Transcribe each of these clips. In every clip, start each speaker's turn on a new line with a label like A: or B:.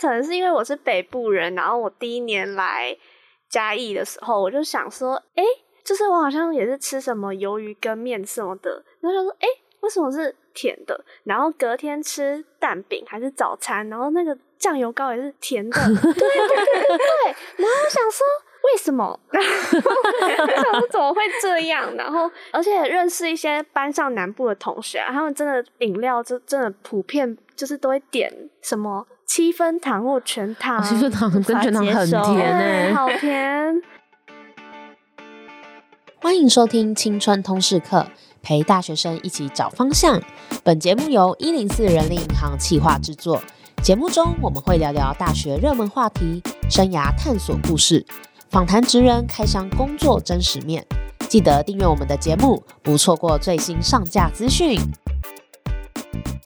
A: 可能是因为我是北部人，然后我第一年来嘉义的时候，我就想说，哎、就是我好像也是吃什么鱿鱼跟面什么的，然后就说，哎、为什么是甜的？然后隔天吃蛋饼还是早餐，然后那个酱油膏也是甜 的，对对对对对，然后我想说。为什么？ 然后想说怎么会这样？然后，而且认识一些班上南部的同学、啊，他们真的饮料就真的普遍就是都会点什么七分糖或全糖，
B: 哦七分糖
A: 嗯无法
B: 跟全糖
A: 接
B: 很
A: 受
B: 甜
A: 对
B: 欸
A: 好甜。
C: 欢迎收听《青春通识课》，陪大学生一起找方向。本节目由一零四人力银行企划制作。节目中我们会聊聊大学热门话题、生涯探索故事，访谈职人开箱工作真实面。记得订阅我们的节目，不错过最新上架资讯。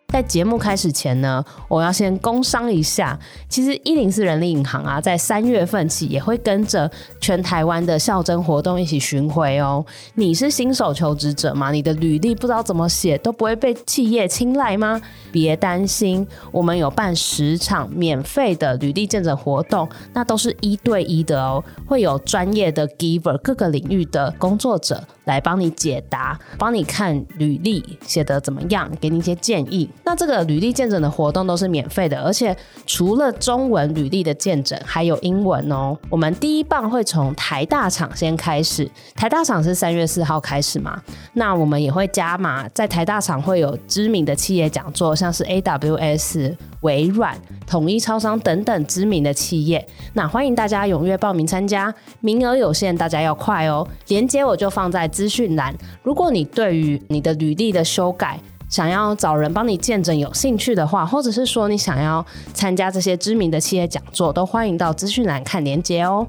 B: 在节目开始前呢，我要先工商一下。其实一零四人力银行啊，在三月份起也会跟着全台湾的校征活动一起巡回哦。你是新手求职者吗？你的履历不知道怎么写，都不会被企业青睐吗？别担心，我们有办十场免费的履历见证活动，那都是一对一的哦，会有专业的 giver 各个领域的工作者来帮你解答，帮你看履历写的怎么样，给你一些建议。那这个履历见证的活动都是免费的，而且除了中文履历的见证，还有英文哦。我们第一棒会从台大厂先开始，台大厂是三月四号开始嘛？那我们也会加码，在台大厂会有知名的企业讲座，像是 AWS、微软、统一超商等等知名的企业。那欢迎大家踊跃报名参加，名额有限，大家要快哦。连接我就放在资讯栏。如果你对于你的履历的修改，想要找人帮你见证有兴趣的话，或者是说你想要参加这些知名的企业讲座，都欢迎到资讯栏看连接哦。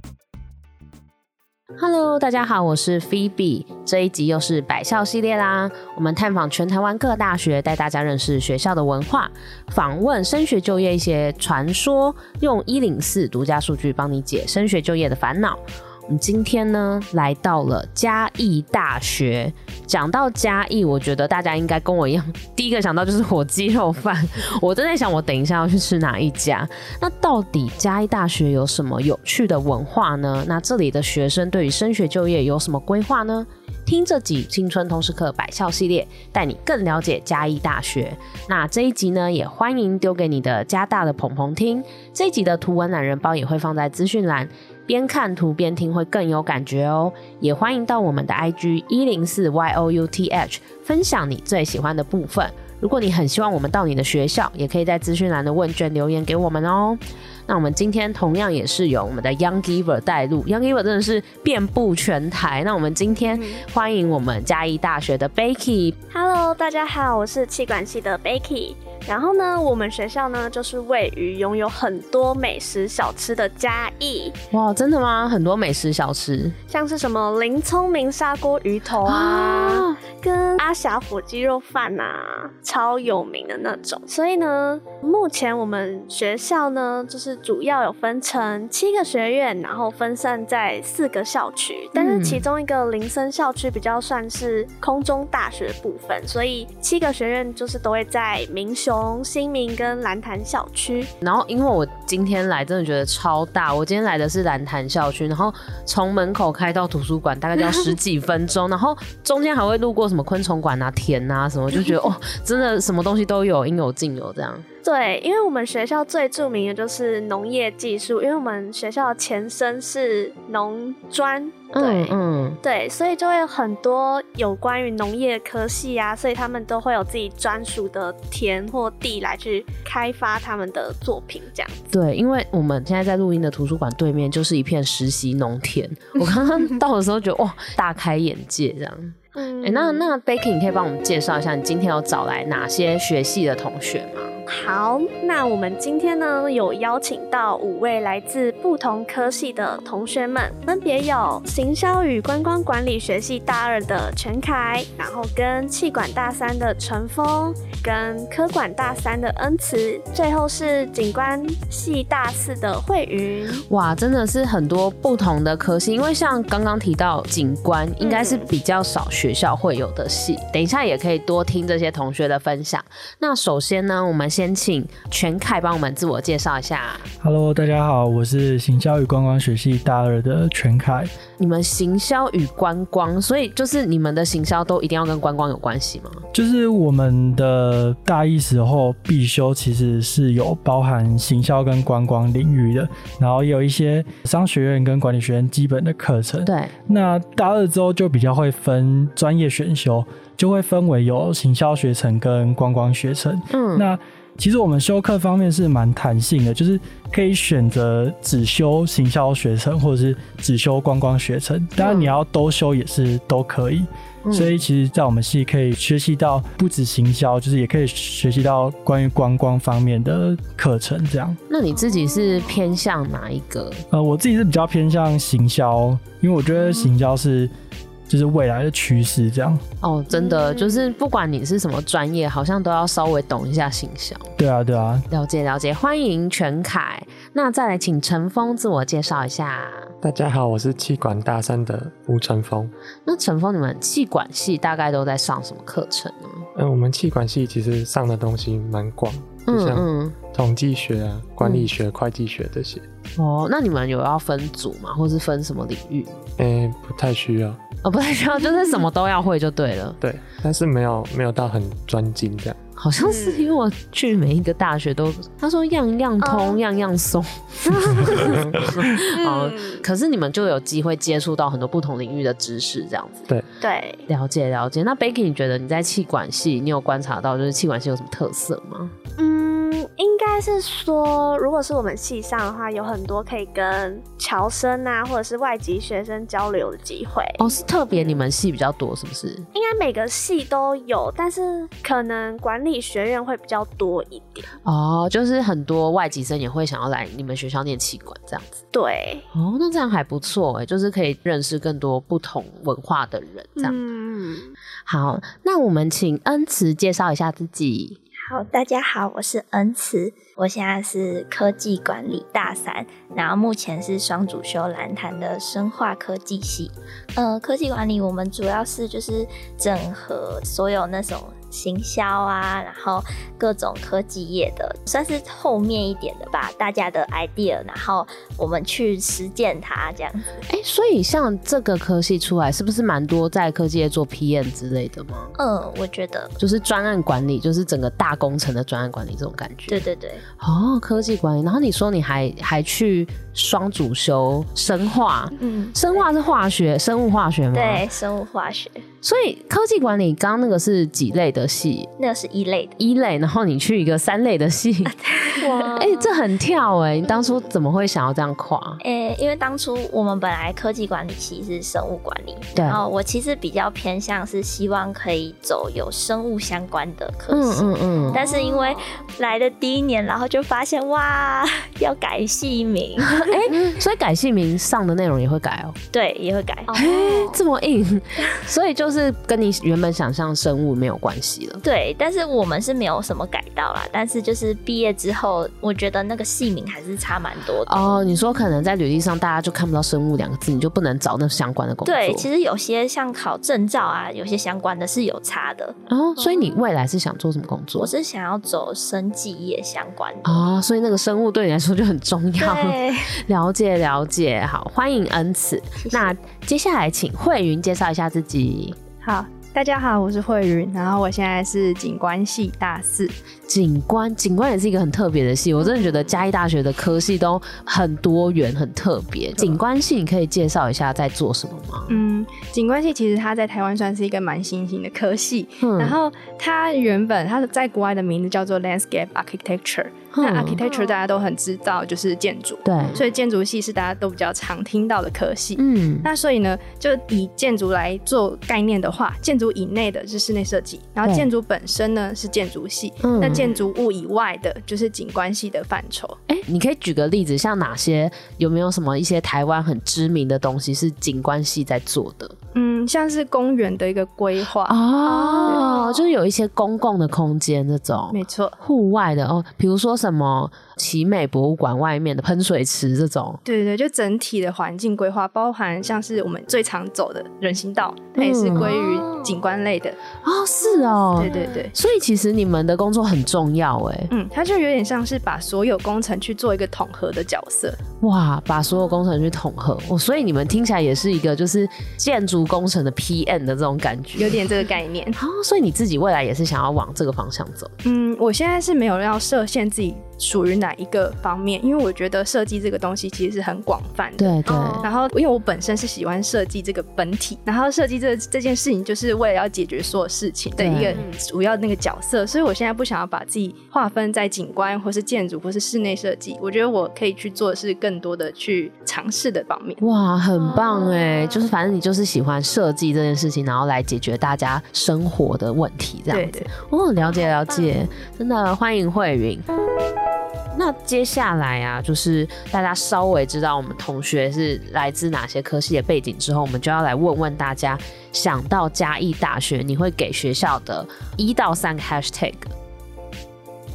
B: Hello，大家好，我是 Phoebe。这一集又是百校系列啦。我们探访全台湾各大学，带大家认识学校的文化，访问升学就业一些传说，用一零四独家数据帮你解升学就业的烦恼。我们今天呢来到了嘉义大学。讲到嘉义，我觉得大家应该跟我一样， 第一个想到就是火鸡肉饭。我正在想，我等一下要去吃哪一家。那到底嘉义大学有什么有趣的文化呢？那这里的学生对于升学就业有什么规划呢？听这集《青春通识课》百校系列，带你更了解嘉义大学。那这一集呢，也欢迎丢给你的加大的鹏鹏听。这一集的图文懒人包也会放在资讯栏，边看图边听会更有感觉哦。也欢迎到我们的 IG 一零四 y o u t h 分享你最喜欢的部分。如果你很希望我们到你的学校，也可以在资讯栏的问卷留言给我们哦。那我们今天同样也是有我们的 Young Giver 带路，Young Giver 真的是遍布全台。那我们今天欢迎我们嘉义大学的 Becky，
A: Hello，大家好，我是气管系的 Becky。然后呢，我们学校呢就是位于拥有很多美食小吃的嘉义，
B: 哇，真的吗？很多美食小吃
A: 像是什么林聪明砂锅鱼头啊，
B: 哇，
A: 跟阿霞火鸡肉饭啊，超有名的那种。所以呢，目前我们学校呢，就是主要有分成七个学院，然后分散在四个校区。但是其中一个林森校区比较算是空中大学部分，所以七个学院就是都会在民雄、新民跟蓝潭校区。
B: 然后因为我今天来真的觉得超大，我今天来的是蓝潭校区，然后从门口开到图书馆大概 就要十几分钟，然后中间还会路过什么昆虫馆啊、田啊什么，就 觉得哦，真的什么东西都有，应有尽有这样。
A: 对，因为我们学校最著名的就是农业技术，因为我们学校的前身是农专，对，
B: 嗯嗯，
A: 对，所以就会有很多有关于农业科系啊，所以他们都会有自己专属的田或地来去开发他们的作品，这样。
B: 对，因为我们现在在录音的图书馆对面就是一片实习农 田，我刚刚到的时候觉得哇，大开眼界这样。
A: 嗯
B: 哎、那那 Baking 你可以帮我们介绍一下，你今天有找来哪些学系的同学吗？
A: 好，那我们今天呢有邀请到五位来自不同科系的同学们，分别有行销与观光管理学系大二的陈凯，然后跟气管大三的陈峰，跟科管大三的恩慈，最后是景观系大四的慧云。
B: 哇，真的是很多不同的科系，因为像刚刚提到景观，应该是比较少学校会有的系。等一下也可以多听这些同学的分享。那首先呢，我们先请全凯帮我们自我介绍一下。
D: Hello，大家好，我是行销与观光学系大二的全凯。
B: 你们行销与观光，所以就是你们的行销都一定要跟观光有关系吗？
D: 就是我们的大一时候必修其实是有包含行销跟观光领域的，然后也有一些商学院跟管理学院基本的课程。
B: 对，
D: 那大二之后就比较会分专业选修，就会分为有行销学程跟观光学程。
B: 嗯，
D: 那其实我们修课方面是蛮弹性的，就是可以选择只修行销学程，或者是只修观光学程。当然你要都修也是都可以。
B: 嗯
D: 所以其实，在我们系可以学习到不止行销，就是也可以学习到关于观光方面的课程。这样，
B: 那你自己是偏向哪一个？
D: 呃，我自己是比较偏向行销，因为我觉得行销是就是未来的趋势。这样，
B: 哦，真的，
A: 嗯
B: 就是不管你是什么专业，好像都要稍微懂一下行销。
D: 对啊，对啊，
B: 了解了解，欢迎全凯。那再来请陈峰自我介绍一下。
E: 大家好，我是气管大三的吴成峰。
B: 那陈峰，你们气管系大概都在上什么课程呢？
E: 嗯，我们气管系其实上的东西蛮广，就
B: 嗯
E: 像
B: 嗯，
E: 统计学啊、管理学、会计学这些。
B: 哦，那你们有要分组吗？或是分什么领 域？
E: 诶、不太需要，
B: 哦，不太需要，就是什么都要会就对了。
E: 对，但是没有没有到很专精这样。
B: 好像是因为我去每一个大学都，他说样样通，
A: 哦
B: 样样 松。哦，
A: 嗯，
B: 可是你们就有机会接触到很多不同领域的知识，这样子。
A: 对，
B: 了解了解。那 Becky，你觉得你在气管系，你有观察到就是气管系有什么特色吗？
A: 嗯，应该是说，如果是我们系上的话，有很多可以跟侨生啊，或者是外籍学生交流的机会。
B: 哦，是特别你们系比较多，是不是？
A: 应该每个系都有，但是可能管理学院会比较多一点。
B: 哦，就是很多外籍生也会想要来你们学校念气管这样子。
A: 对，
B: 哦，那这样还不错哎，就是可以认识更多不同文化的人这样。
A: 嗯，
B: 好，那我们请恩慈介绍一下自己。
F: 好，大家好，我是恩慈，我现在是科技管理大三，然后目前是双主修蓝潭的生化科技系。呃，科技管理我们主要是就是整合所有那种行销啊，然后各种科技业的，算是后面一点的吧，大家的 idea，然后我们去实践它这样。
B: 哎、所以像这个科系出来，是不是蛮多在科技业做 PM 之类的吗？
F: 嗯，我觉得，
B: 就是专案管理，就是整个大工程的专案管理这种感觉。
F: 对对对，
B: 哦，科技管理。然后你说你还还去双主修生化，
F: 嗯，
B: 生化是化学，生物化学吗？。
F: 对，生物化学
B: 所以科技管理刚刚那个是几类的系？
F: 那是一类的。
B: 一类，然后你去一个三类的 系，
F: 哇
B: 哎、这很跳哎、你当初怎么会想要这样跨？
F: 诶、因为当初我们本来科技管理系是生物管理，
B: 对
F: 然后我其实比较偏向是希望可以走有生物相关的科
B: 嗯
F: 系。
B: 嗯嗯，
F: 但是因为来的第一年，然后就发现哇，要改 系名，
B: 哎所以改系名上的内容也会改哦、 哎
F: 对，也会改，
A: 哦
B: 哦这么 硬，所以就是跟你原本想象生物没有关系了。
F: 对。但是我们是没有什么改到啦，但是就是毕业之后，我觉得那个系名还是差蛮多的。
B: 哦，你说可能在履历上大家就看不到“生物”两个字，你就不能找那相关的工作。
F: 对，其实有些像考证照啊，有些相关的是有差的。
B: 哦，所以
G: 嗯
B: 你未来是想做什么工作
F: 我？是想要走生技业相关 的。
B: 哦，所以那个生物对你来说就很重要。
F: 对，
B: 了解了解，好，欢迎恩慈。那接下来请慧云介绍一下自己，
G: 好，大家好，我是慧云，然后我现在是景观系大四。
B: 景观，景观也是一个很特别的系，我真的觉得嘉义大学的科系都很多元、很特别。景观系你可以介绍一下在做什么吗？
G: 嗯，景观系其实它在台湾算是一个蛮新兴的科系，
B: 嗯
G: 然后它原本它在国外的名字叫做 Landscape Architecture，、那
B: 嗯
G: Architecture 大家都很知道，就是建筑，
B: 对，
G: 所以建筑系是大家都比较常听到的科系。
B: 嗯，
G: 那所以呢，就以建筑来做概念的话，建筑以内的是室内设计，然后
B: 对
G: 建筑本身呢是建筑系，
B: 嗯
G: 那建筑物以外的就是景观系的范畴。
B: 哎、你可以举个例子，像哪些有没有什么一些台湾很知名的东西是景观系在做的？
G: 嗯，像是公园的一个规划，
B: 哦哦，就是有一些公共的空间这种
G: 没错，
B: 户外的哦，比如说什么奇美博物馆外面的喷水池这种。
G: 对对对，就整体的环境规划，包含像是我们最常走的人行道，它也是归于景观类的。
B: 哦，是哦，
G: 对对对，
B: 所以其实你们的工作很重要哎，
G: 嗯，它就有点像是把所有工程去做一个统合的角色。
B: 哇，把所有工程去统合，哦，所以你们听起来也是一个就是建筑工程的 PM 的这种感觉，
G: 有点这个概念。
B: 哦，所以你自己未来也是想要往这个方向走，
G: 嗯，我现在是没有要设限自己属于哪一个方面，因为我觉得设计这个东西其实是很广泛的。
B: 对对，
A: 哦
G: 然后，因为我本身是喜欢设计这个本体，然后设计这这件事情就是为了要解决所有事情的
B: 对
G: 一个主要那个角色，所以我现在不想要把自己划分在景观或是建筑或是室内设计，我觉得我可以去做的是更多的去尝试的方面。
B: 哇，很棒哎，就是反正你就是喜欢设计这件事情，然后来解决大家生活的问题这样
G: 对
B: 子。
G: 对，
B: 哦，了解了解，真的欢迎慧云。那接下来啊，就是大家稍微知道我们同学是来自哪些科系的背景之后，我们就要来问问大家，想到嘉义大学，你会给学校的一到三个 hashtag？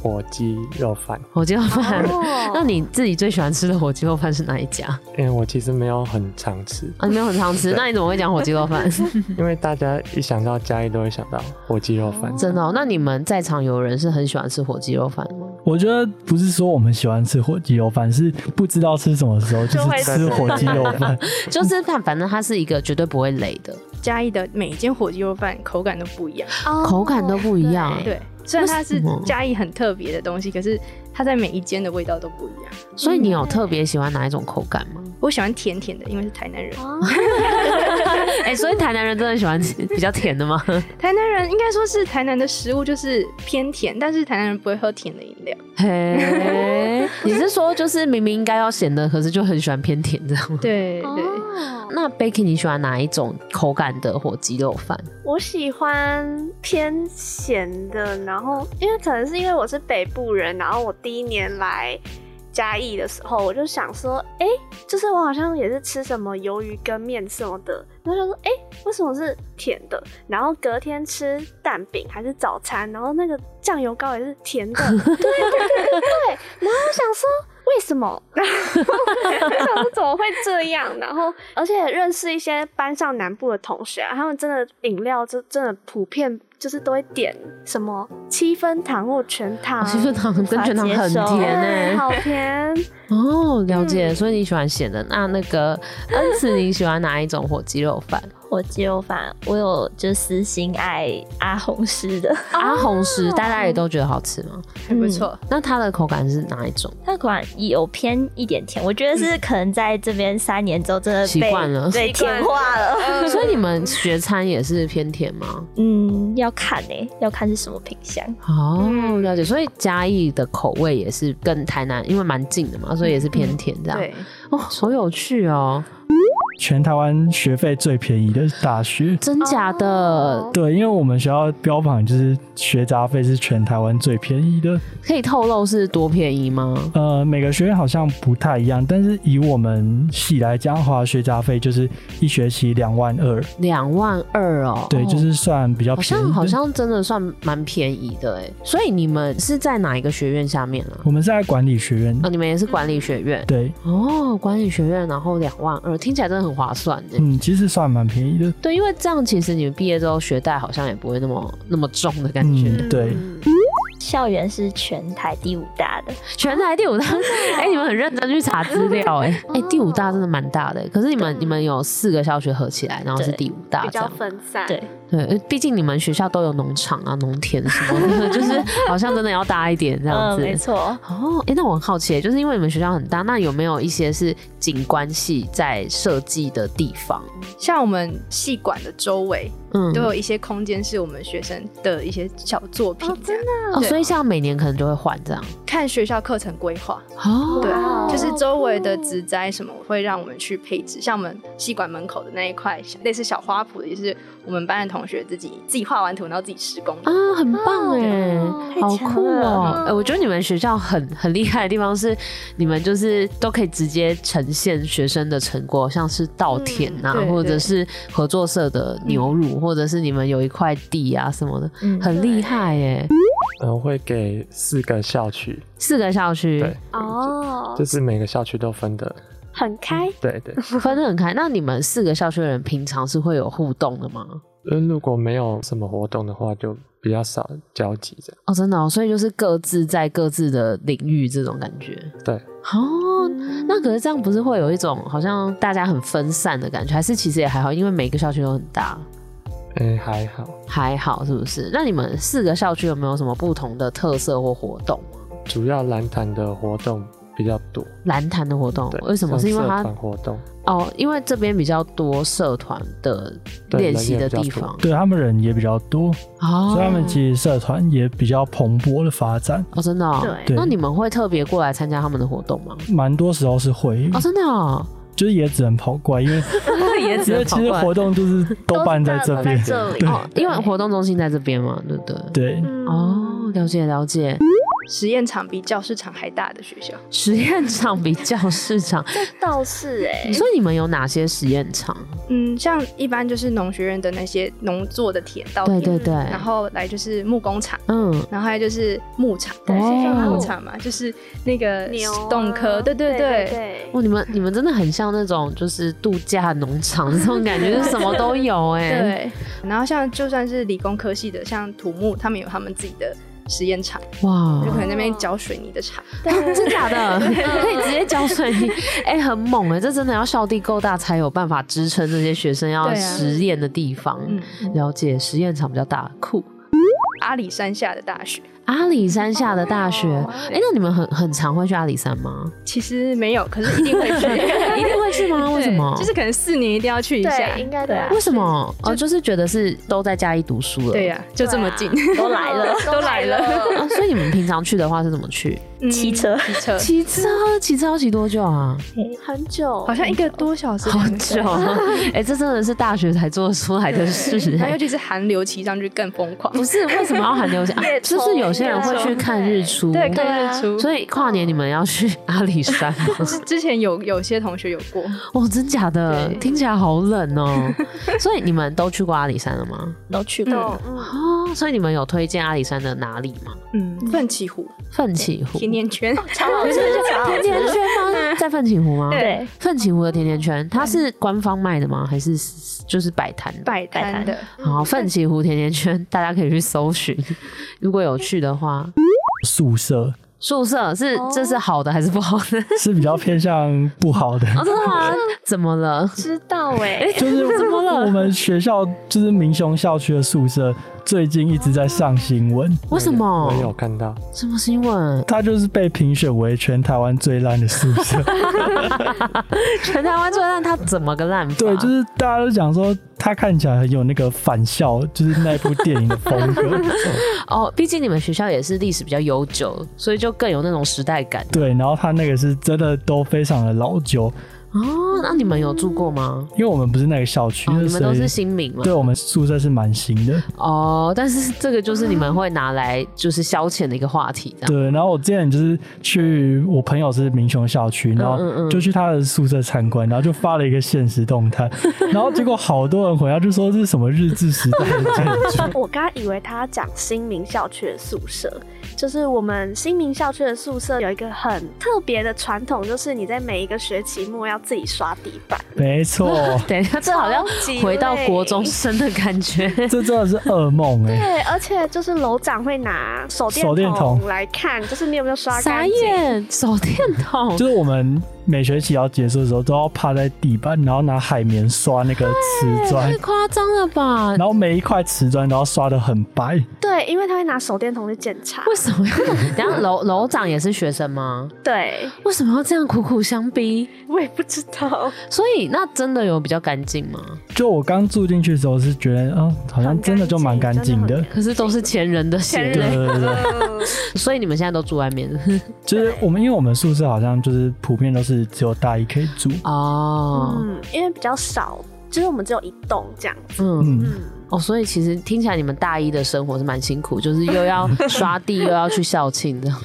E: 火鸡肉饭。
B: 火鸡肉饭。 那
A: 哦，
B: 你自己最喜欢吃的火鸡肉饭是哪一家？
E: 因为我其实没有很常吃，
B: 啊，你没有很常吃，那你怎么会讲火鸡肉 饭？
E: 因为大家一想到嘉义都会想到火鸡肉饭。
B: 真的、哦？那你们在场有人是很喜欢吃火鸡肉饭吗？
D: 我觉得不是说我们喜欢吃火鸡肉饭，是不知道吃什么的时候就
A: 就会
D: 是吃
E: 吃
D: 火鸡肉 饭。
B: 就是看，反正它是一个绝对不会累的，
G: 嘉义的每一间火鸡肉饭口感都不一样。
A: 哦
B: 口感都不一样。
G: 对，虽然它
B: 为
G: 是
B: 什么
G: 嘉义很特别的东西，可是它在每一间的味道都不一样。
B: 所以你有特别喜欢哪一种口感吗？
G: 我喜欢甜甜的，因为是台南人。
A: 哦
B: 哎、所以台南人真的喜欢比较甜的吗？
G: 台南人应该说是台南的食物就是偏甜，但是台南人不会喝甜的饮料。
B: 嘿，你是说就是明明应该要咸的，可是就很喜欢偏甜这样吗？
G: 对对，
A: 哦
B: 那 Becky，你喜欢哪一种口感的火鸡肉饭？
A: 我喜欢偏咸的，然后因为可能是因为我是北部人，然后我第一年来嘉义的时候，我就想说，哎、就是我好像也是吃什么鱿鱼跟面什么的，然后就说，哎、为什么是甜的？然后隔天吃蛋饼还是早餐，然后那个酱油膏也是甜 的，对对对对对，然后我想说。为什么？然后我想说怎么会这样？然后，而且认识一些班上南部的同学、啊，他们真的饮料就真的普遍就是都会点什么七分糖或全糖，
B: 哦七分糖欸跟全糖很甜
A: 对
B: 呢、
A: 好甜。
B: 哦，了解。所以你喜欢咸的。那那个恩慈，你喜欢哪一种火鸡肉饭？
F: 火鸡肉饭，我有就私心爱阿红师的，
B: 阿红石大家也都觉得好吃吗？
G: 还不错。
B: 那它的口感是哪一种？
F: 它果然有偏一点甜，我觉得是可能在这边三年之后真的被
B: 嗯习惯了
F: 被
A: 习惯
F: 甜化了。
B: 所以你们学餐也是偏甜吗？
F: 嗯，要看呢、要看是什么品相。
B: 哦，
G: 嗯
B: 了解。所以嘉义的口味也是跟台南，因为蛮近的嘛，所以也是偏甜这样。
G: 嗯对，
A: 嗯
B: 哦，好有趣哦，
D: 全台湾学费最便宜的大学，
B: 真假的？
A: 哦
D: 对，因为我们学校标榜就是学杂费是全台湾最便宜的。
B: 可以透露是多便宜吗？
D: 呃，每个学院好像不太一样，但是以我们系来讲的话，学杂费就是一学期两万二，
B: 两万二哦。
D: 对，就是算比较
B: 好
D: 便宜
B: 像
D: 的
B: 好像真的算蛮便宜的哎。所以你们是在哪一个学院下面啊？
D: 我们是在管理学院
B: 啊、，你们也是管理学院
D: 对，
G: 嗯
B: 哦，管理学院，然后两万二，听起来真的很划算哎。
D: 嗯，其实算蛮便宜的。
B: 对，因为这样其实你们毕业之后学贷好像也不会那么那么重的感觉。
D: 嗯，对，
F: 校园是全台第五大的，
B: 全台第五大，哎、你们很认真去查资料、哎，哎，第五大真的蛮大的、可是你们你们有四个校区合起来，然后是
F: 对
B: 第五大
A: 比
B: 这
A: 较
B: 样。
A: 分散，
F: 对
B: 对，呃毕竟你们学校都有农场啊、农田什么的，就是好像真的要大一点这样
F: 嗯，
B: 子。
F: 没错。
B: 哦，哎、那我很好奇、就是因为你们学校很大，那有没有一些是景观系在设计的地方？
G: 像我们系馆的周围
B: 嗯，
G: 都有一些空间是我们学生的一些小作品
A: 哦，
G: 这
A: 真
G: 样，
A: 的
B: 哦，
G: 对
B: 所以像每年可能就会换这样。
G: 看学校课程规划。
B: 哦，
G: 对
A: 哇，
G: 就是周围的植栽什么会让我们去配置，像我们系馆门口的那一块类似小花圃的，也是我们班的同学自己自己画完图，然后自己施工
A: 哦
G: 的。
B: 啊，很棒哎、
A: 对
B: 好
F: 太强
B: 酷哦、
G: 嗯
A: 了
B: 哎、我觉得你们学校很很厉害的地方是，你们就是都可以直接呈现学生的成果，像是稻田呐、
G: 嗯对嗯
B: 或者是合作社的牛乳，或者是你们有一块地啊什么的，很厉害哎、
E: 嗯、会给四个校区，
B: 四个校区
E: 对，
A: 哦，
E: 就是每个校区都分的，
A: 很开，
E: 对对。
B: 分得很开。那你们四个校区的人平常是会有互动的吗？
E: 嗯，如果没有什么活动的话，就比较少交集这样。
B: 哦，真的哦，所以就是各自在各自的领域这种感觉。
E: 对，
B: 哦，
A: 嗯
B: 那可是这样不是会有一种好像大家很分散的感觉？还是其实也还好，因为每个校区都很大，
E: 嗯，还好。
B: 还好是不是？那你们四个校区有没有什么不同的特色或活动？啊
E: 主要蓝坛的活动比较多，
B: 蓝坛的活动
E: 对，
B: 哦为什么？
E: 像
B: 是因为
E: 社
B: 它
E: 团活动，
B: 哦，因为这边比较多社团的
E: 对
B: 练习
E: 人
B: 的
E: 也比较
B: 地
E: 多
B: 方
D: 对他们人也比较多，
B: 哦，
D: 所以他们其实社团也比较蓬勃的发展，
B: 哦真的、哦，
A: 对
B: 那你们会特别过来参加他们的活动吗？
D: 蛮多时候是会，
B: 哦，真的、 哦，
D: 就是也只能跑怪，因为
B: 也
D: 因为其实活动就是都办在这边
A: 都，是大的都在这里
D: 对
B: 哦，因为活动中心在这边嘛，对不对？
D: 对，
A: 嗯
B: 哦，了解了解，
G: 实验场比教室场还大的学校，
B: 实验场比教室 场，
A: 倒是哎、
B: 所以你们有哪些实验场？
G: 嗯，像一般就是农学院的那些农作的田稻
B: 对
G: 田，
B: 对对，
G: 哦然后来就是木工厂。
B: 嗯，
G: 然后还有就是牧场，
B: 对
G: 是叫
B: 哦
G: 牧场嘛，就是那个
A: 牛啊
G: 动科，对对
A: 对
G: 对，
A: 对
B: 哇，你们你们真的很像那种就是度假农场这种感觉， 就是什么都有哎、
G: 对，然后像就算是理工科系的，像土木，他们有他们自己的实验场，
B: 哇
G: 就可能嗯那边搅水泥的厂。
B: 啊 真假的，可以直接浇水 泥，哎、很猛哎、这真的要校地够大才有办法支撑这些学生要
G: 对啊
B: 实验的地方。
G: 嗯，
B: 了解，实验场比较大，酷。
G: 阿里山下的大学
B: 阿里山下的大学，
A: 哦
B: 哎、那你们很很常会去阿里山吗？
G: 其实没有，可是一定会去，
B: 一定会去吗？
G: 对
B: 为什么？
G: 就是可能四年一定要去一下
A: 对，。应该
G: 对 啊
A: 的，
B: 为什么？哦，就是啊觉得是都在家里读书了。
G: 对呀、就这么近，
A: 都来了，
G: 都来了，
B: 啊所以你们平常去的话是怎么去？
G: 嗯
F: 骑车
G: 骑 车，
B: 骑车，骑车要骑多久啊？
A: 很久，
G: 好像一个多小时，
B: 好
G: 两个小 时
B: 久，哎、这真的是大学才做得出来的 事、
G: 然后
B: 哎
G: 尤其是寒流骑上去更疯狂，
B: 不是为什么要喊流行、啊？
A: 夜
B: 就是有些人会去看日出，啊
G: 对，看日出。
B: 所以跨年你们要去阿里山吗？
G: 之之前有有些同学有过，
B: 哦，真假的
G: 对，
B: 听起来好冷哦。所以你们都去过阿里山了吗？
F: 都去
A: 都
F: 过。
A: 嗯
B: 哦，所以你们有推荐阿里山的哪里吗？
G: 嗯，奋起湖、
B: 奋起湖。
G: 甜甜 圈，
A: 超好吃，超好
B: 甜甜
A: 吃，
B: 圈吗？在奋起湖吗？
G: 对
F: 对，
B: 奋起湖的甜甜圈，它是官方卖的吗？还是就是摆摊的？
G: 摆摊的，
B: 好，奋起湖甜甜圈，大家可以去搜 寻，如果有去的话。
D: 宿舍
B: 宿舍是
G: 哦
B: 这是好的还是不好的？
D: 是比较偏向不好的，
B: 哦，真的吗？怎么了？
A: 知道 哎、
D: 就是怎么了？我们学校就是明雄校区的宿舍，最近一直在上新闻，
B: 为什
E: 我也有
B: 么？
E: 看到，
B: 什么新闻？
D: 它就是被评选为全台湾最烂的宿舍。
B: 全台湾最烂，它怎么个烂法？
D: 对，就是大家都讲说它看起来很有那个返校，就是那部电影的风格。
B: 哦，毕竟你们学校也是历史比较悠久，所以就更有那种时代感
D: 对，然后它那个是真的都非常的老旧，
B: 哦。那你们有住过吗？
D: 因为我们不是那个校区，
B: 哦，你们都
D: 所以
B: 是新民嘛？
D: 对我们宿舍是蛮新的。
B: 哦，但是这个就是你们会拿来就是消遣的一个话题，这样
D: 对，然后我之前就是去我朋友是民雄校区，
B: 嗯
D: 然后
B: 嗯
D: 就去他的宿舍参观，然后就发了一个现实动 态，然后结果好多人回来就说这是什么日治时代的建筑，
A: 我刚刚以为他讲新民校区的宿舍，就是我们新民校区的宿舍有一个很特别的传统，就是你在每一个学期末要自己刷地板，
D: 没错，
B: 等一下，这好像
A: 超级
B: 回到
A: 累
B: 国中生的感 觉。
D: 这真的是噩梦哎、
A: 对，而且就是楼长会拿手
D: 手电
A: 电
D: 筒
A: 筒来看，就是你有没有刷
B: 傻
A: 干净。
B: 眼，手电筒
D: 就。是我们每学期要结束的时候，都要趴在地板，然后拿海绵刷那个瓷砖
B: 太，夸张了吧！
D: 然后每一块瓷砖都要刷的很白。
A: 对，因为他会拿手电筒去检查。
B: 为什么要？ 等一下楼楼长也是学生吗？
A: 对，
B: 为什么要这样苦苦相逼？
A: 我也不知道。
B: 所以那真的有比较干净吗？
D: 就我刚住进去的时候是觉得，嗯，好像真的就蛮干净的。
B: 可是都是前人的
A: 前
B: 血，
A: 人
D: 对对对对。
B: 所以你们现在都住外面
D: 就是我们，因为我们宿舍好像就是普遍都是只有大一可以住，
B: 哦。
A: 嗯，因为比较少就是我们只有一栋这样子。
B: 嗯，
D: 嗯，
A: 嗯，
B: 哦，所以其实听起来你们大一的生活是蛮辛苦，就是又要刷地，又要去校庆这样。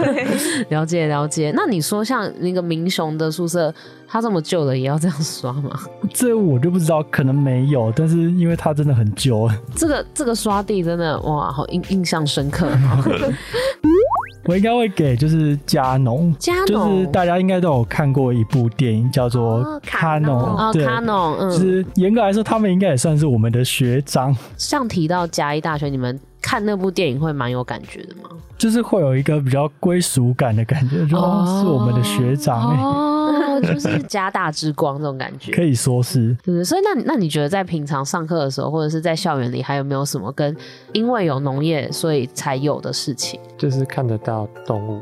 B: 了解了解。那你说像那个明雄的宿舍，他这么旧了也要这样刷吗？
D: 这我就不知道，可能没有，但是因为它真的很旧。
B: 这个这个刷地真的哇，好印印象深刻。哦
D: 我应该会给就是加农，
B: 加
D: 就
B: 农
D: 是大家应该都有看过一部电影叫做
A: 哦
D: 《
A: 卡
D: 卡
A: 农
D: 农》，
B: 哦，
D: 对，
B: 卡农，
D: 就
B: 嗯，
D: 是严格来说，他们应该也算是我们的学长，
B: 像提到嘉义大学，你们看那部电影会蛮有感觉的吗？
D: 就是会有一个比较归属感的感觉，就、
B: 哦
D: 哦、是我们的学长、欸，
B: 哦， 就是加大之光这种感觉，
D: 可以说是。
B: 对不对？所以那你那你觉得在平常上课的时候，或者是在校园里，还有没有什么跟因为有农业所以才有的事情？
E: 就是看得到动物，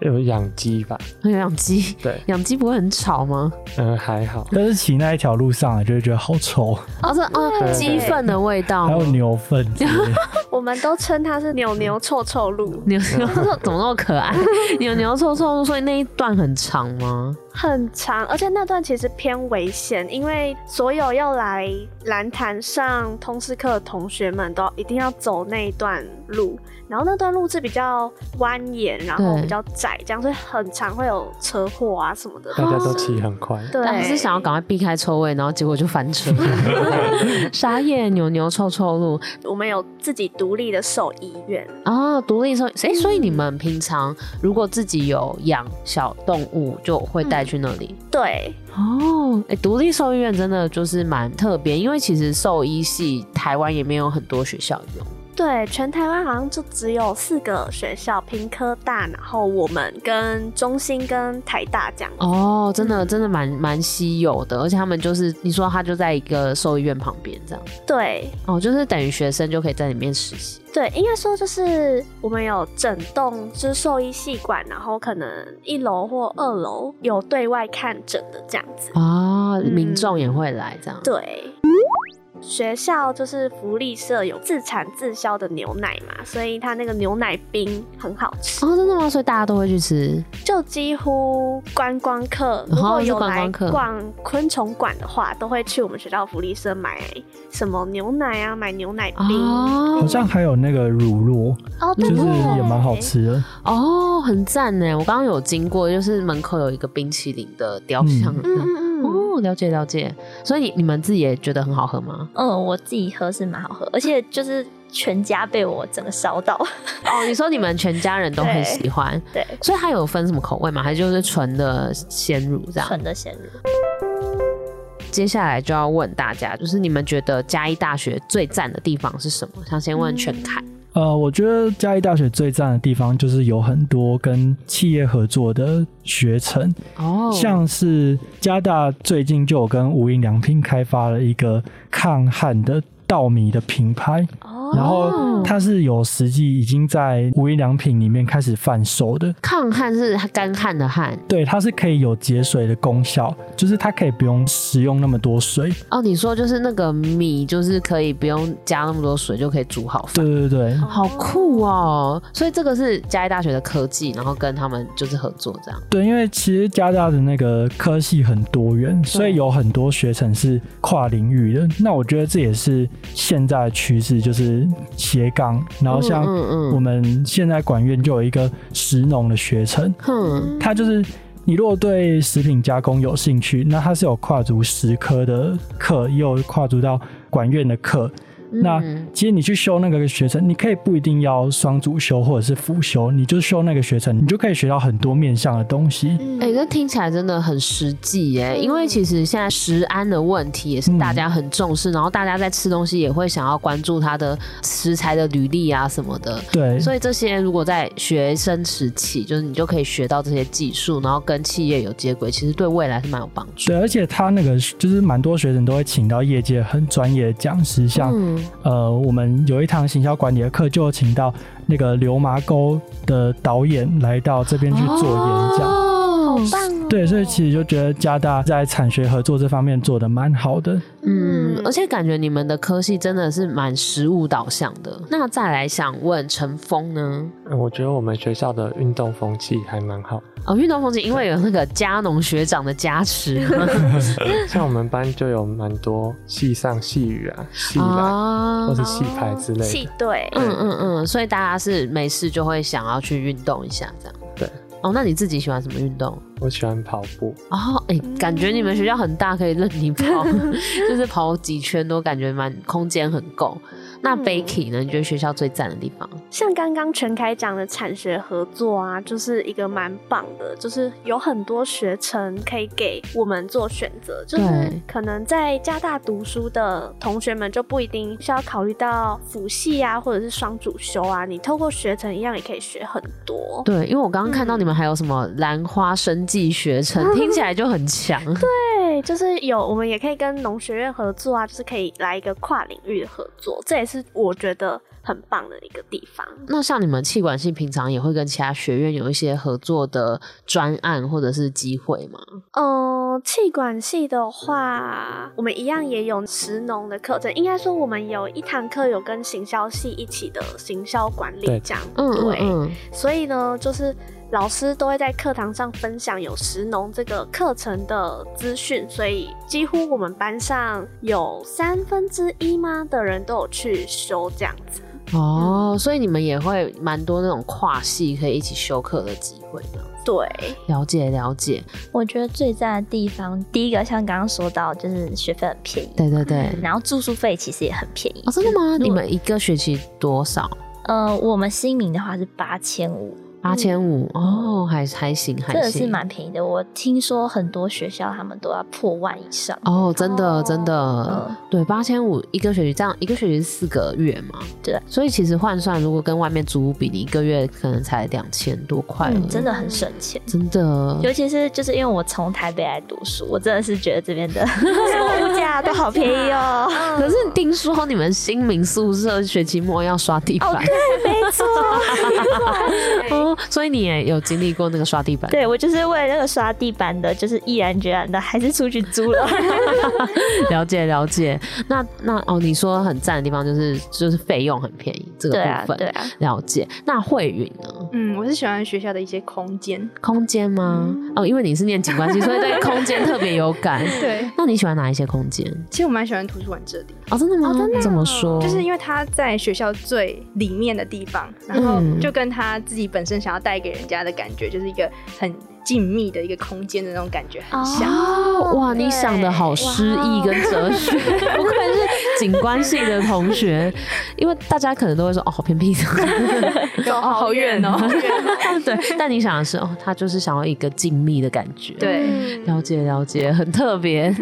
E: 有养鸡吧？
B: 会有养鸡，
E: 对，
B: 养鸡不会很吵吗？
E: 嗯，还好。
B: 啊
D: 但是骑那一条路上来就会觉得好臭，
B: 哦，这哦，
E: 对
B: 鸡粪的味
A: 哦
B: 道
D: 还，有牛粪之类 的，
A: 我们都称它是牛牛臭臭路，
B: 牛牛臭怎么那么可爱？牛牛臭臭，所以那一段很长吗？
A: 很长，而且那段其实偏危险，因为所有要来蓝潭上通识课的同学们都一定要走那一段路，然后那段路是比较蜿蜒，然后
B: 对
A: 比较窄，这样所以很常会有车祸啊什么的。
E: 大家都骑很快，
A: 对，
B: 当时想要赶快避开臭味，然后结果就翻车， 傻眼！牛牛臭臭路
A: 我们有自己独立的兽医院，
B: 啊，独立兽，哎、所以你们平常如果自己有养小动物，就会
E: 嗯
B: 带去那里。
A: 对，
B: 哦，哎、独立兽医院真的就是蛮特别，因为其实兽医系台湾也没有很多学校有。
A: 对，全台湾好像就只有四个学校，平科大，然后我们跟中心跟台大这样。
B: 哦，真的真的蛮蛮稀有的，而且他们就是你说他就在一个兽医院旁边这样，
A: 对
B: 哦，就是等于学生就可以在里面实习。
A: 对，应该说就是我们有整栋就是兽医系馆，然后可能一楼或二楼有对外看诊的这样子。
B: 哦，
A: 嗯
B: 民众也会来这样。
A: 对。学校就是福利社有自产自销的牛奶嘛，所以它那个牛奶冰很好吃，
B: 哦，真的吗？所以大家都会去吃。
A: 就几乎观光客
B: 哦
A: 如果
B: 是
A: 有
B: 观
A: 来
B: 光客
A: 逛昆虫馆的话，都会去我们学校福利社买什么牛奶啊，买牛奶冰
B: 哦
D: 好像还有那个乳酪，
A: 哦，对
D: 就是
A: 对对
D: 也蛮好吃的。
B: 哦，很赞呢！我刚刚有经过，就是门口有一个冰淇淋的雕像。
A: 嗯嗯嗯，
B: 哦，了解了解。所以你你们自己也觉得很好喝吗？
F: 嗯，我自己喝是蛮好喝，而且就是全家被我整个烧到。
B: 哦，你说你们全家人都很喜欢，
F: 对，
B: 所以它有分什么口味吗？还是就是纯的鲜乳这样？
F: 纯的鲜乳。
B: 接下来就要问大家，就是你们觉得嘉义大学最赞的地方是什么？想先问全凯。
D: 呃，我觉得嘉义大学最赞的地方就是有很多跟企业合作的学程，
B: 哦，
D: 像是加大最近就有跟无印良品开发了一个抗旱的稻米的品牌，
A: 哦
D: 然后它是有实际已经在无印良品里面开始贩售的。
B: 抗旱是干旱的旱
D: 对，它是可以有节水的功效，就是它可以不用使用那么多水。
B: 哦，你说就是那个米，就是可以不用加那么多水就可以煮好饭。
D: 对对对，
B: 好酷哦！所以这个是嘉义大学的科技，然后跟他们就是合作这样。
D: 对，因为其实加大的那个科系很多元，所以有很多学程是跨领域的。那我觉得这也是现在的趋势，就是斜杠。然后像
B: 嗯嗯
D: 我们现在管院就有一个食农的学程，
F: 嗯
B: 哼，
D: 它就是。你如果对食品加工有兴趣，那它是有跨足食科的课，也有跨足到管院的课。那
B: 嗯
D: 其实你去修那个学程，你可以不一定要双主修或者是辅修，你就修那个学程，你就可以学到很多面向的东西。
A: 嗯
B: 哎、这听起来真的很实际耶！因为其实现在食安的问题也是大家很重视，然后大家在吃东西也会想要关注它的食材的履历啊什么的。
D: 对，
B: 所以这些如果在学生时期，就是你就可以学到这些技术，然后跟企业有接轨，其实对未来是蛮有帮助。
D: 对，而且他那个就是蛮多学生都会请到业界很专业的讲师，像、
B: 嗯，
D: 呃，我们有一堂行销管理的课，就有请到那个流麻沟的导演来到这边去做演讲。
B: 哦哦，
A: 棒哦！
D: 对，所以其实就觉得加大在产学合作这方面做的蛮好的。
B: 嗯，而且感觉你们的科系真的是蛮实物导向的。那再来想问陈峰呢？
E: 嗯我觉得我们学校的运动风气还 蛮好，
B: 哦，运动风景因为有那个佳农学长的加 持嘛
E: 像我们班就有蛮多戏上戏语啊、戏篮
B: 啊
E: 或，是戏牌之类
A: 气
E: 的。
A: 哦对，
B: 嗯嗯嗯，所以大家是没事就会想要去运动一下这样。
E: 对。
B: 哦，那你自己喜欢什么运动？
E: 我喜欢跑步，
B: 哦，哎、
A: 嗯
B: 感觉你们学校很大，可以任你 跑，就是跑几圈都感觉蛮空间很够。那
A: 嗯
B: Becky 呢？你觉得学校最赞的地方？
A: 像刚刚全开讲的产学合作啊，就是一个蛮棒的，就是有很多学程可以给我们做选择，就是
B: 对
A: 可能在加大读书的同学们就不一定需要考虑到辅系啊，或者是双主修啊，你透过学程一样也可以学很多。
B: 对，因为我刚刚看到
A: 嗯
B: 你们还有什么兰花生技学 程，听起来就很强。
A: 对，就是有我们也可以跟农学院合作啊，就是可以来一个跨领域的合作，这也是我觉得很棒的一个地方。
B: 那像你们气管系平常也会跟其他学院有一些合作的专案或者是机会吗？
A: 嗯，气管系的话，我们一样也有实农的课程。应该说，我们有一堂课有跟行销系一起的行销管理
E: 对
A: 这样。
B: 嗯嗯
A: 对，
B: 嗯，
A: 所以呢，就是老师都会在课堂上分享有实农这个课程的资讯，所以几乎我们班上有三分之一吗的人都有去修这样子。
B: 哦，所以你们也会蛮多那种跨系可以一起修课的机会的。
A: 对，
B: 了解了解，
F: 我觉得最赞的地方，第一个像刚刚说到，就是学费很便宜，
B: 对对对。
F: 然后住宿费其实也很便宜
B: 哦，。真的吗？你们一个学期多少？
F: 呃，我们新民的话是八千五，
B: 八千五哦，还还行还
F: 这个
B: 行，
F: 是蛮便宜嗯的。我听说很多学校他们都要破万以上。
B: 哦，真的
A: 哦
B: 真的，
F: 嗯
B: 对，八千五一个学期，这样一个学期是四个月嘛，
F: 对，
B: 所以其实换算，如果跟外面租屋比，你一个月可能才两千多块而已、
F: 嗯，真的很省钱。
B: 真的，
F: 尤其是就是因为我从台北来读书，我真的是觉得这边的 什么物价都好便宜哦。
B: 可是听说你们新民宿舍学期末要刷地板，
F: 没错，
B: 哦，所以你也有经历过那个刷地板，
F: 对我就是为了那个刷地板的，就是毅然决然的还是出去租了。
B: 了解了解。那那哦，你说很赞的地方就是就是费用很便宜这个
F: 对啊，
B: 部分，
F: 对啊，
B: 了解。那慧云呢？
G: 嗯，我是喜欢学校的一些空间，
B: 空间吗？哦，因为你是念景观系，所以对空间特别有感。
G: 对，
B: 那你喜欢哪一些空间？
G: 其实我蛮喜欢图书馆这里，
B: 哦，真的吗？
A: 哦真的哦
B: 怎么说？
G: 就是因为它在学校最里面的地方，然后
B: 嗯
G: 就跟他自己本身想要带给人家的感觉，就是一个很静谧的一个空间的那种感觉， 很像。
B: 哦，哇，你想的好诗意跟哲学，不愧是景观系的同学，因为大家可能都会说哦，好偏僻，
G: 哦，好远哦。
B: 对，但你想的是哦，他就是想要一个静谧的感觉，，
G: 对，
B: 嗯了解了解，很特别。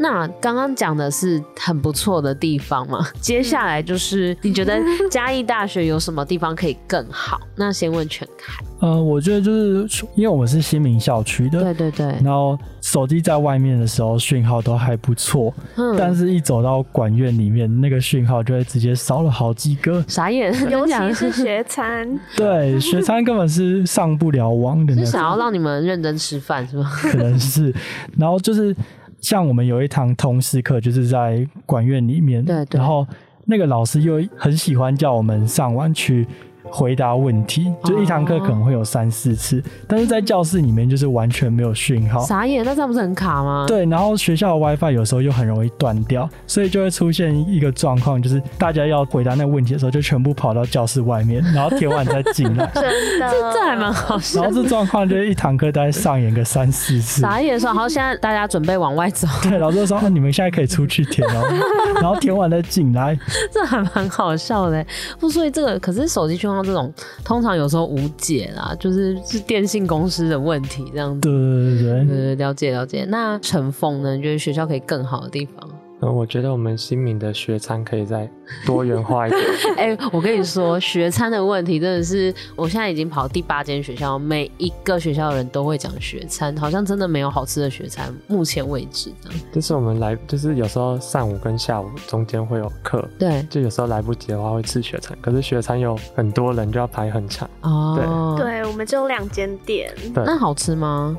B: 那刚刚讲的是很不错的地方嘛，接下来就是你觉得嘉义大学有什么地方可以更好？那先问全凯，
D: 呃，我觉得就是因为我们是新民校区的，
B: 对对对，
D: 然后手机在外面的时候讯号都还不错，但
B: 嗯，
D: 是一走到管院里面，那个讯号就会直接少了好几个。
B: 傻眼，
A: 尤
B: 真假
A: 其
B: 的
A: 是学餐，，
D: 对，学餐根本是上不了网的那
B: 是
D: 种
B: 想要让你们认真吃饭是吗？
D: 可能 是。然后就是像我们有一堂通识课，就是在管院里面，
B: 对对
D: 然后那个老师又很喜欢叫我们上完去。回答问题，
B: 哦
D: 就一堂课可能会有三四次，但是在教室里面就是完全没有讯号，
B: 傻眼，那这样不是很卡吗？，
D: 对，然后学校的 WiFi 有时候又很容易断掉，所以就会出现一个状况，就是大家要回答那个问题的时候，就全部跑到教室外面，然后填完再进来
A: 真的，
B: 这还蛮好笑
D: 啊然。后这状况就是一堂课大概上演个三四 次。
B: 傻眼说，好，现在大家准备往外走，
D: 对，老师就说、啊、你们现在可以出去填哦，然后填完再进来。
B: 这还蛮好笑的。不，所以这个可是手机讯号这种，通常有时候无解啦，就是是电信公司的问题这样子。
D: 对对对对对
B: 对，了解了解。那陈峰呢？你觉得学校可以更好的地方？
E: 嗯，我觉得我们新民的学餐可以再多元 化一点。
B: 哎、我跟你说，学餐的问题真的是，我现在已经跑第八间学校，每一个学校的人都会讲学餐，好像真的没有好吃的学餐，目前为止这样
E: 就是我们来，就是有时候上午跟下午中间会有课，
B: 对，
E: 就有时候来不及的话会吃学餐，可是学餐有很多人就要排很长。
B: 哦，，
A: 对，我们就两间店，
E: 对，
B: 那好吃 吗？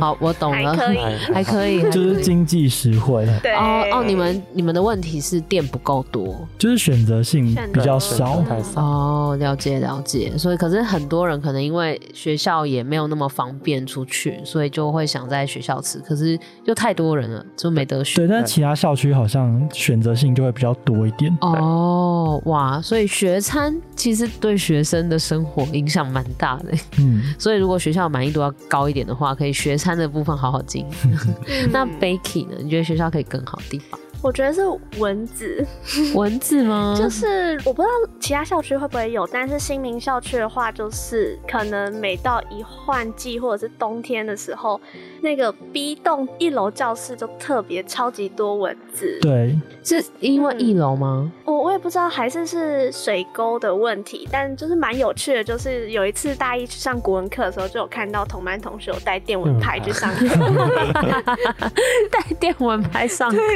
B: 好，我懂
A: 还
B: 了，
A: 可以。
E: 哎
B: 还可以，还可以
D: 就是经济实惠，
A: 对
B: 哦哦，你们你们的问题是店不够多
D: 就是选择性比较少
E: 选择。太少。
B: 哦，了解了解，所以可是很多人可能因为学校也没有那么方便出去，所以就会想在学校吃，可是又太多人了，就没得选
D: 对，。但其他校区好像选择性就会比较多一点。
B: 哦，哇！所以学餐其实对学生的生活影响蛮大的，
D: 嗯，
B: 所以如果学校满意度要高一点的话，可以学餐的部分好好经 营。那 Baking 呢？你觉得学校可以更好的地方？
A: 我觉得是蚊子，
B: 文字吗？
A: 就是我不知道其他校区会不会有，但是新民校区的话，就是可能每到一换季或者是冬天的时候，那个 B 栋一楼教室就特别超级多蚊子。，
D: 对，
B: 是因为一楼吗？
A: 我我也不知道还是是水沟的问题，但就是蛮有趣的，就是有一次大一去上国文课的时候，就有看到同班同学有带电蚊拍去上课，
B: 带电蚊拍上课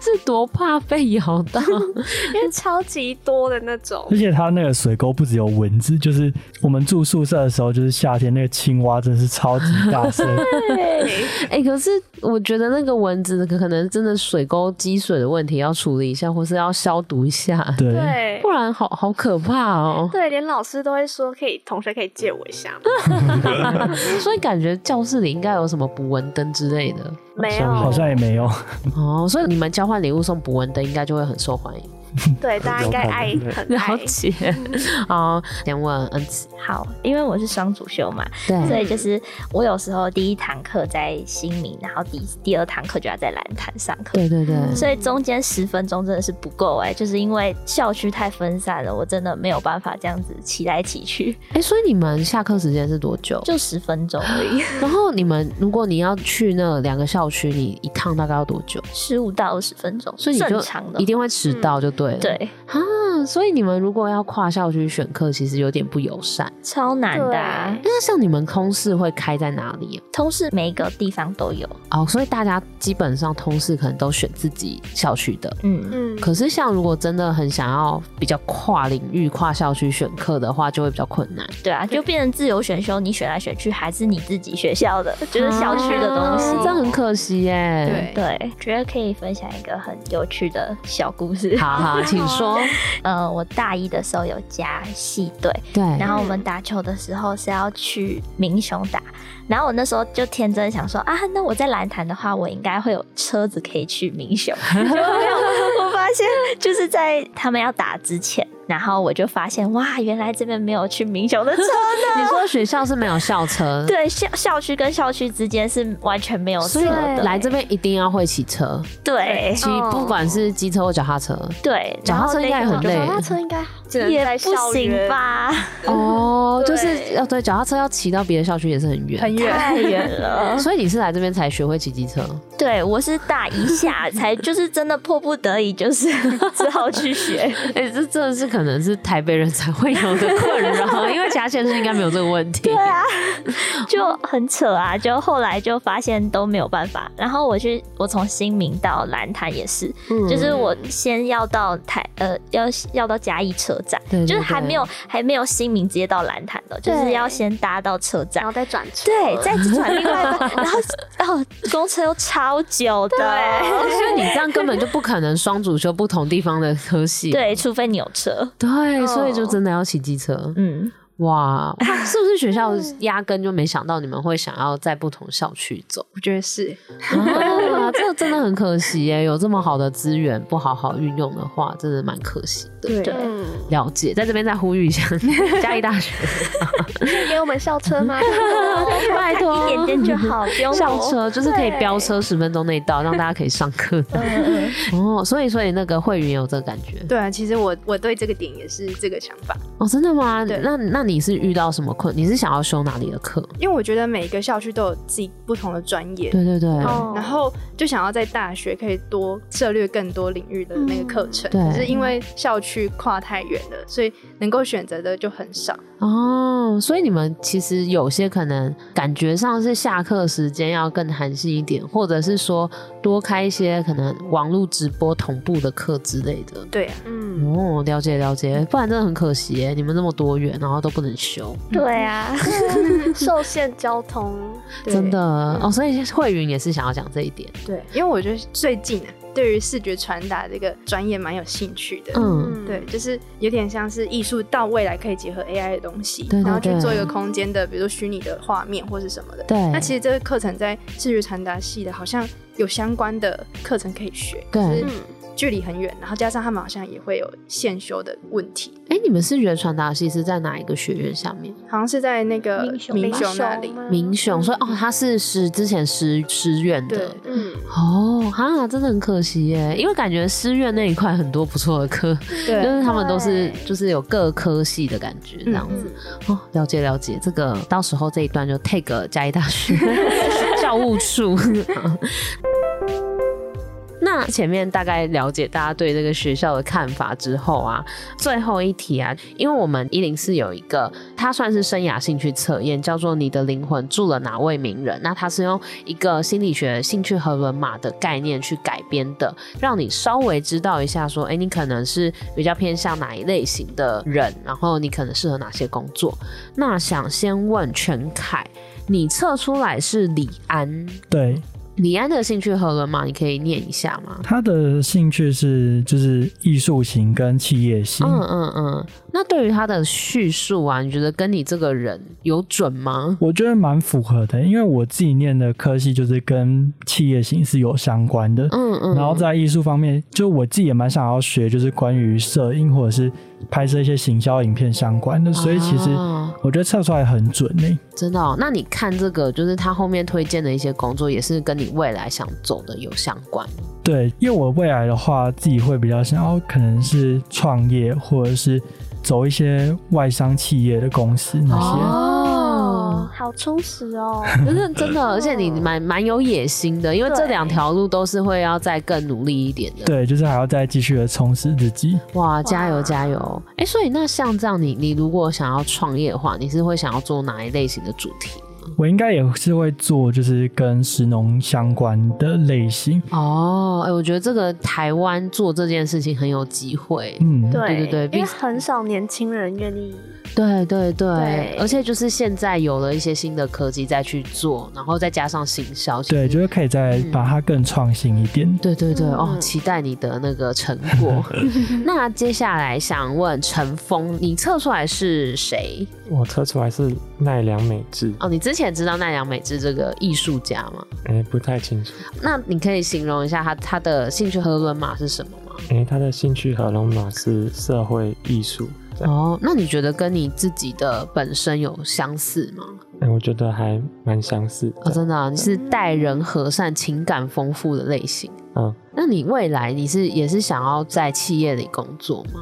B: 是多怕被咬到？
A: 因为超级多的那 种
D: 而。且它那个水沟不只有蚊子，就是我们住宿舍的时候，就是夏天那个青蛙真的是超级大 声。
A: 对，
B: 哎、可是我觉得那个蚊子可能真的水沟积水的问题要处理一下，或是要消毒一下，
D: 对，
A: 对
B: 不，然好好可怕哦。
A: 对，连老师都会说可以，同学可以借我一下吗？
B: 所以感觉教室里应该有什么捕蚊灯之类的
A: 没有，
D: 好像也没有。
B: 哦，所以你们交换礼物送捕蚊灯应该就会很受欢迎。
A: 对大家应该爱很爱
B: 了。解， 好，哦先问恩慈，
F: 好，因为我是双主修嘛，所
B: 对，
F: 以就是我有时候第一堂课在新民，然后第第二堂课就要在蓝潭上课。
B: 对对对，
F: 所以中间十分钟真的是不够哎、就是因为校区太分散了，我真的没有办法这样子骑来骑去，
B: 哎、所以你们下课时间是多久？
F: 就十分钟 而已，
B: 然后你们如果你要去那两个校区，你一趟大概要多久？
F: 十五到二十分钟，
B: 所以你就
F: 正常的嗯
B: 一定会迟到就对了。
F: 对，
B: 啊，所以你们如果要跨校区选课，其实有点不友善。
F: 超难的、啊。
B: 那像你们通识会开在哪里啊？
F: 通识每一个地方都有，
B: 哦，所以大家基本上通识可能都选自己校区的。
F: 嗯，
A: 嗯，
B: 可是，像如果真的很想要比较跨领域、跨校区选课的话，就会比较困难。
F: 对啊，就变成自由选修，你选来选去还是你自己学校 的，就是校区的东西。
B: 啊这样很可惜耶。
G: 对，
F: 对，觉得可以分享一个很有趣的小故事。
B: 好好，请说。
F: 呃，我大一的时候有加系队，
B: 对，
F: 然后我们打球的时候是要去民雄打，然后我那时候就天真想说啊，那我在蓝潭的话，我应该会有车子可以去 民雄。结果没有，我发现就是在他们要打之前，然后我就发现哇，原来这边没有去民雄的 车呢。
B: 你说学校是没有校车，，
F: 对，校校区跟校区之间是完全没有车
B: 所以
F: 的。
B: 来这边一定要会骑车，
F: 对
B: 骑不管是机车或脚踏车。
F: 对，
B: 脚踏
F: 然后
B: 车应该
F: 那
B: 也
F: 个
B: 很累
A: 脚踏车应该只能
F: 也
A: 在
F: 不
A: 校
F: 行
A: 园？
F: 吧，
B: 哦，
A: 对
B: 就是要对脚踏车要骑到别的校区也是很远，
G: 很远。
F: 太远了。
B: 所以你是来这边才学会骑机车，
F: 对，我是大一 下才，就是真的迫不得已，就是 只好去 学。
B: 哎、这真的是可能是台北人才会有的困扰，因为其他县市应该没有这个问 题。对
F: 对啊，就很扯啊！就后来就发现都没有办法。然后我去，我从新民到蓝潭也是，
B: 嗯
F: 就是我先要到台呃，要要到嘉义车站，
B: 对对
F: 就是还
B: 对
F: 没有还没有新民直接到蓝潭的，就是
A: 对
F: 要先搭到车站
A: 然
B: 哦
A: 后，再转车。
F: 对，再转另外一班，然 后哦，公车又超久的。
B: 啊所以你这样根本就不可能双主修不同地方的科系。
F: 对，除非你有车。
B: 对，所以就真的要骑机车。
F: 嗯，
B: 哇，是不是学校压根就没想到你们会想要在不同校区走？
G: 我觉得是
B: 啊，这真的很可惜耶！有这么好的资源不好好运用的话，真的蛮可惜的。
G: 对
F: 对
A: 嗯，
B: 了解，在这边再呼吁一下嘉义大学，
A: 可以给我们校车吗？
B: 拜托，
F: 一点点就好，不用哦
B: 校
F: 磨。
B: 车就是可以飙车十分钟内到，让大家可以上课的。哦，所以所以那个慧云也有这个感觉
G: 对啊，其实我我对这个点也是这个想法，
B: 哦，真的吗？
G: 对
B: 那那你是遇到什么困？你是想要修哪里的课？
G: 因为我觉得每一个校区都有自己不同的专业，
B: 对对对，
A: 哦
G: 然后就想要在大学可以多涉略更多领域的那个课程，
B: 嗯
G: 只
B: 对
G: 是因为校区跨太远了，所以能够选择的就很少。
B: 哦，所以你们其实有些可能感觉上是下课时间要更弹性一点，或者是说多开一些可能网络直播同步的课之类的。
G: 对啊，
A: 嗯，
B: 哦，了解了解，不然真的很可惜耶，你们那么多元，然后都不能修，
H: 对啊，
A: 受限交通，
G: 对
B: 真的哦。所以慧云也是想要讲这一点，
G: 对，因为我觉得最近啊，对于视觉传达这个专业蛮有兴趣的。
B: 嗯，
G: 对，就是有点像是艺术到未来可以结合 AI 的东西，
B: 对对
G: 然后去
B: 对
G: 做一个空间的，比如说虚拟的画面或是什么的。
B: 对
G: 那其实这个课程在视觉传达系的，好像有相关的课程可以学，
B: 对
G: 可是
A: 嗯
G: 距离很远，然后加上他们好像也会有现修的问题，
B: 哎、你们视觉传达系是在哪一个学院下面？
G: 好像是在那个
A: 嗯
H: 民雄
G: 民
H: 吧
G: 雄那里。
A: 呃吗
B: 明雄，所以哦，他是师之前师师院
G: 对
B: 的。
A: 嗯，
B: 哦，哈，真的很可惜耶，因为感觉师院那一块很多不错的课，就
G: 对，
B: 是他们都是
H: 对
B: 就是有各科系的感觉这样子。哦，了解了解，这个到时候这一段就 take 嘉义大 学教务处。好 那前面大概了解大家对这个学校的看法之后啊，最后一题啊，因为我们一零四有一个，它算是生涯兴趣测验，叫做“你的灵魂住了哪位名人”。那它是用一个心理学兴趣和文码的概念去改编的，让你稍微知道一下说，哎、你可能是比较偏向哪一类型的人，然后你可能适合哪些工作。那想先问全凯，你测出来是李安，
D: 对，
B: 李安的兴趣和文码，你可以念一下吗？
D: 他的兴趣是就是艺术型跟企业型。
B: 嗯嗯嗯，那对于他的叙述啊，你觉得跟你这个人有准吗？
D: 我觉得蛮符合的，因为我自己念的科系就是跟企业型是有相关的。
B: 嗯嗯，
D: 然后在艺术方面，就我自己也蛮想要学，就是关于摄影或者是拍摄一些行销影片相关的，所以其实
B: 啊
D: 我觉得测出来很准呢、
B: 真的、哦，那你看这个，就是他后面推荐的一些工作，也是跟你未来想走的有相关。
D: 对，因为我未来的话，自己会比较想要可能是创业，或者是走一些外商企业的公司那些。
A: 哦，好充实哦，
B: 真的真的，而且你蛮蛮有野心的，因为这
A: 对
B: 两条路都是会要再更努力一点的。
D: 对，就是还要再继续的充实自己。
B: 哇，加油加油！哎、所以那像这样你，你如果想要创业的话，你是会想要做哪一类型的主题？
D: 我应该也是会做，就是跟食农相关的类型。
B: 哦，哎、我觉得这个台湾做这件事情很有机会。
D: 嗯，
A: 对
B: 对对对
A: 因为很少年轻人愿意，
B: 对对对，
A: 对
B: 而且就是现在有了一些新的科技再去做，然后再加上行销，其实嗯
D: 对，就是可以再把它更创新一点。
B: 对对对，哦，
A: 嗯
B: 期待你的那个成 果。那接下来想问陈峰，你测出来是谁？
E: 我测出来是奈良美智，
B: 哦，你之前知道奈良美智这个艺术家吗？
E: 哎、不太清楚。
B: 那你可以形容一下他他的兴趣和伦码是什么吗？
E: 哎、他的兴趣和龙马是社会艺术，这样。
B: 哦，那你觉得跟你自己的本身有相似吗？
E: 哎、我觉得还蛮相似
B: 哦，
E: 的。
B: 真的啊、你是待人和善、情感丰富的类型。
E: 嗯，
B: 那你未来你是也是想要在企业里工作吗？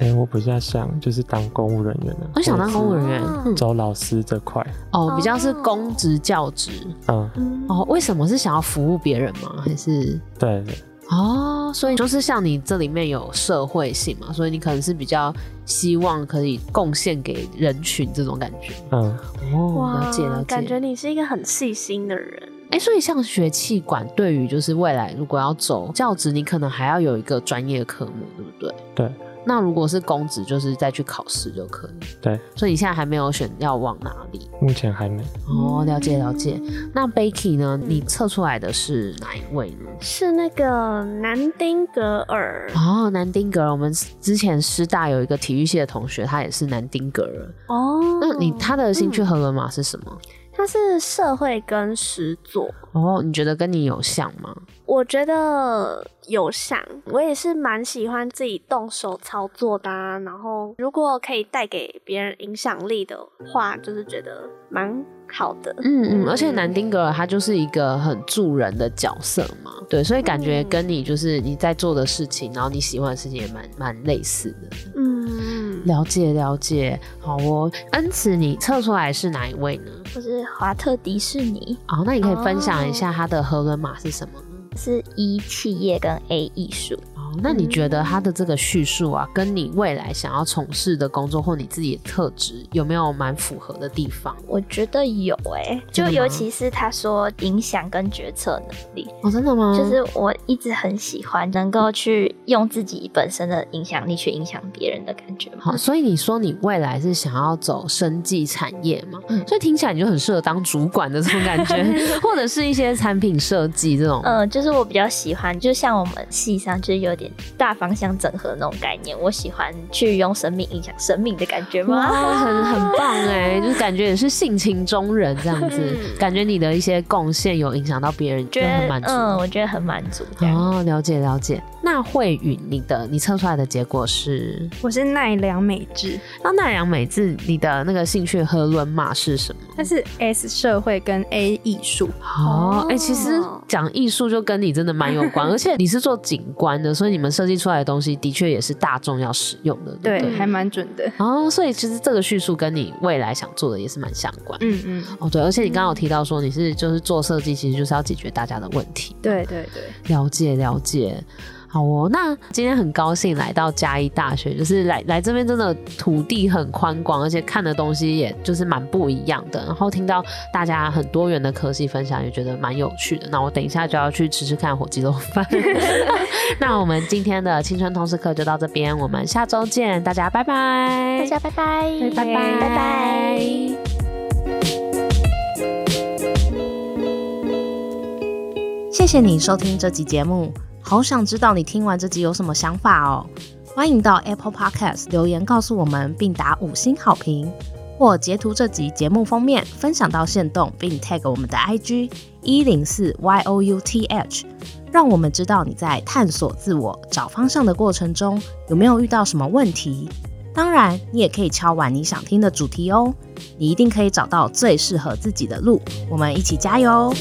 E: 哎、我比较想就是当公务人员的、啊，
B: 我想当公务人员，
A: 哦
B: 嗯，
E: 走老师这块。
B: 哦，比较是公职教职。
E: 嗯，
B: 哦，为什么是想要服务别人吗？还是
E: 对对
B: 哦，所以就是像你这里面有社会性嘛，所以你可能是比较希望可以贡献给人群这种感觉。
E: 嗯，
B: 哦，
A: 哇
B: 了解了解。
A: 感觉你是一个很细心的人，
B: 哎、所以像学气管，对于就是未来如果要走教职，你可能还要有一个专业科目，对不对？
E: 对。
B: 那如果是公职，就是再去考试就可以。
E: 对。
B: 所以你现在还没有选要往哪里？
E: 目前还没。
B: 哦，了解了解。那 Becky 呢？你测出来的是哪一位呢？
A: 是那个南丁格尔
B: 哦，南丁格尔，我们之前师大有一个体育系的同学，他也是南丁格尔。
A: 哦。
B: 那你他的兴趣和文码是什么？
A: 他是社会跟实作，
B: 哦，你觉得跟你有像吗？
A: 我觉得有想，我也是蛮喜欢自己动手操作的、啊。然后，如果可以带给别人影响力的话，就是觉得蛮好的。
B: 嗯嗯，而且南丁格尔他就是一个很助人的角色嘛，对，所以感觉跟你就是你在做的事情，然后你喜欢的事情也蛮蛮类似的。
A: 嗯，
B: 了解了解，好哦。恩慈，你测出来是哪一位呢？哦
H: 我是华特迪士尼，
B: 哦，那你可以分享一下他的合伦码是什么呢？
F: 是 E 企业跟 A 艺术。
B: 哦，那你觉得他的这个叙述啊，跟你未来想要从事的工作或你自己的特质有没有蛮符合的地方？
F: 我觉得有哎、
B: 真
F: 就
B: 的吗
F: 尤其是他说影响跟决策能力，
B: 哦，真的吗？
F: 就是我一直很喜欢能够去用自己本身的影响力去影响别人的感觉嘛。
B: 好，所以你说你未来是想要走生技产业嘛？
F: 嗯
B: 所以听起来你就很适合当主管的这种感觉， 或者是一些产品设计这种。
F: 嗯，就是我比较喜欢，就像我们系上就是有点大方向整合那种概念，我喜欢去用生命影响生命的感觉
B: 哇，
F: 嘛。
B: 很很棒哎，就是感觉也是性情中人这样子，
I: 嗯
B: 感觉你的一些贡献有影响到别人，
F: 觉
B: 就很满
F: 得
B: 足。
F: 嗯，我觉得很满足这样。
B: 哦，了解了解。那慧允，你的你测出来的结果是，
G: 我是奈良美智，
B: 那奈良美智，你的那个兴趣和伦马是什么？
G: 但是 S 社会跟 A 艺术，
B: 哦，哎、其实讲艺术就跟你真的蛮有 关，而且你是做景观的，所以你们设计出来的东西的确也是大众要使用的，对
G: 对
B: 不对？，
G: 还蛮准的。
B: 哦，所以其实这个叙述跟你未来想做的也是蛮相关。
G: 嗯嗯，
B: 哦，对，而且你刚刚有提到说你是就是做设计，其实就是要解决大家的问题。
G: 对对对，
B: 了解了解。好哦，那今天很高兴来到嘉义大学，就是来来这边真的土地很宽广，而且看的东西也就是蛮不一样的。然后听到大家很多元的科系分享，也觉得蛮有趣的。那我等一下就要去吃吃看火鸡肉饭。 那我们今天的青春通识课就到这边，我们下周见，大家拜拜，
F: 大家拜拜，
B: 拜拜
F: 拜拜。
J: 谢谢你收听这集节目，好想知道你听完这集有什么想法哦。欢迎到 Apple Podcast 留言告诉我们，并打五星好评，或截图这集节目封面分享到线动，并 tag 我们的 IG 一零四 y o u t h，让我们知道你在探索自我、找方向的过程中有没有遇到什么问题。当然，你也可以敲完你想听的主题哦，你一定可以找到最适合自己的路。我们一起加油哦！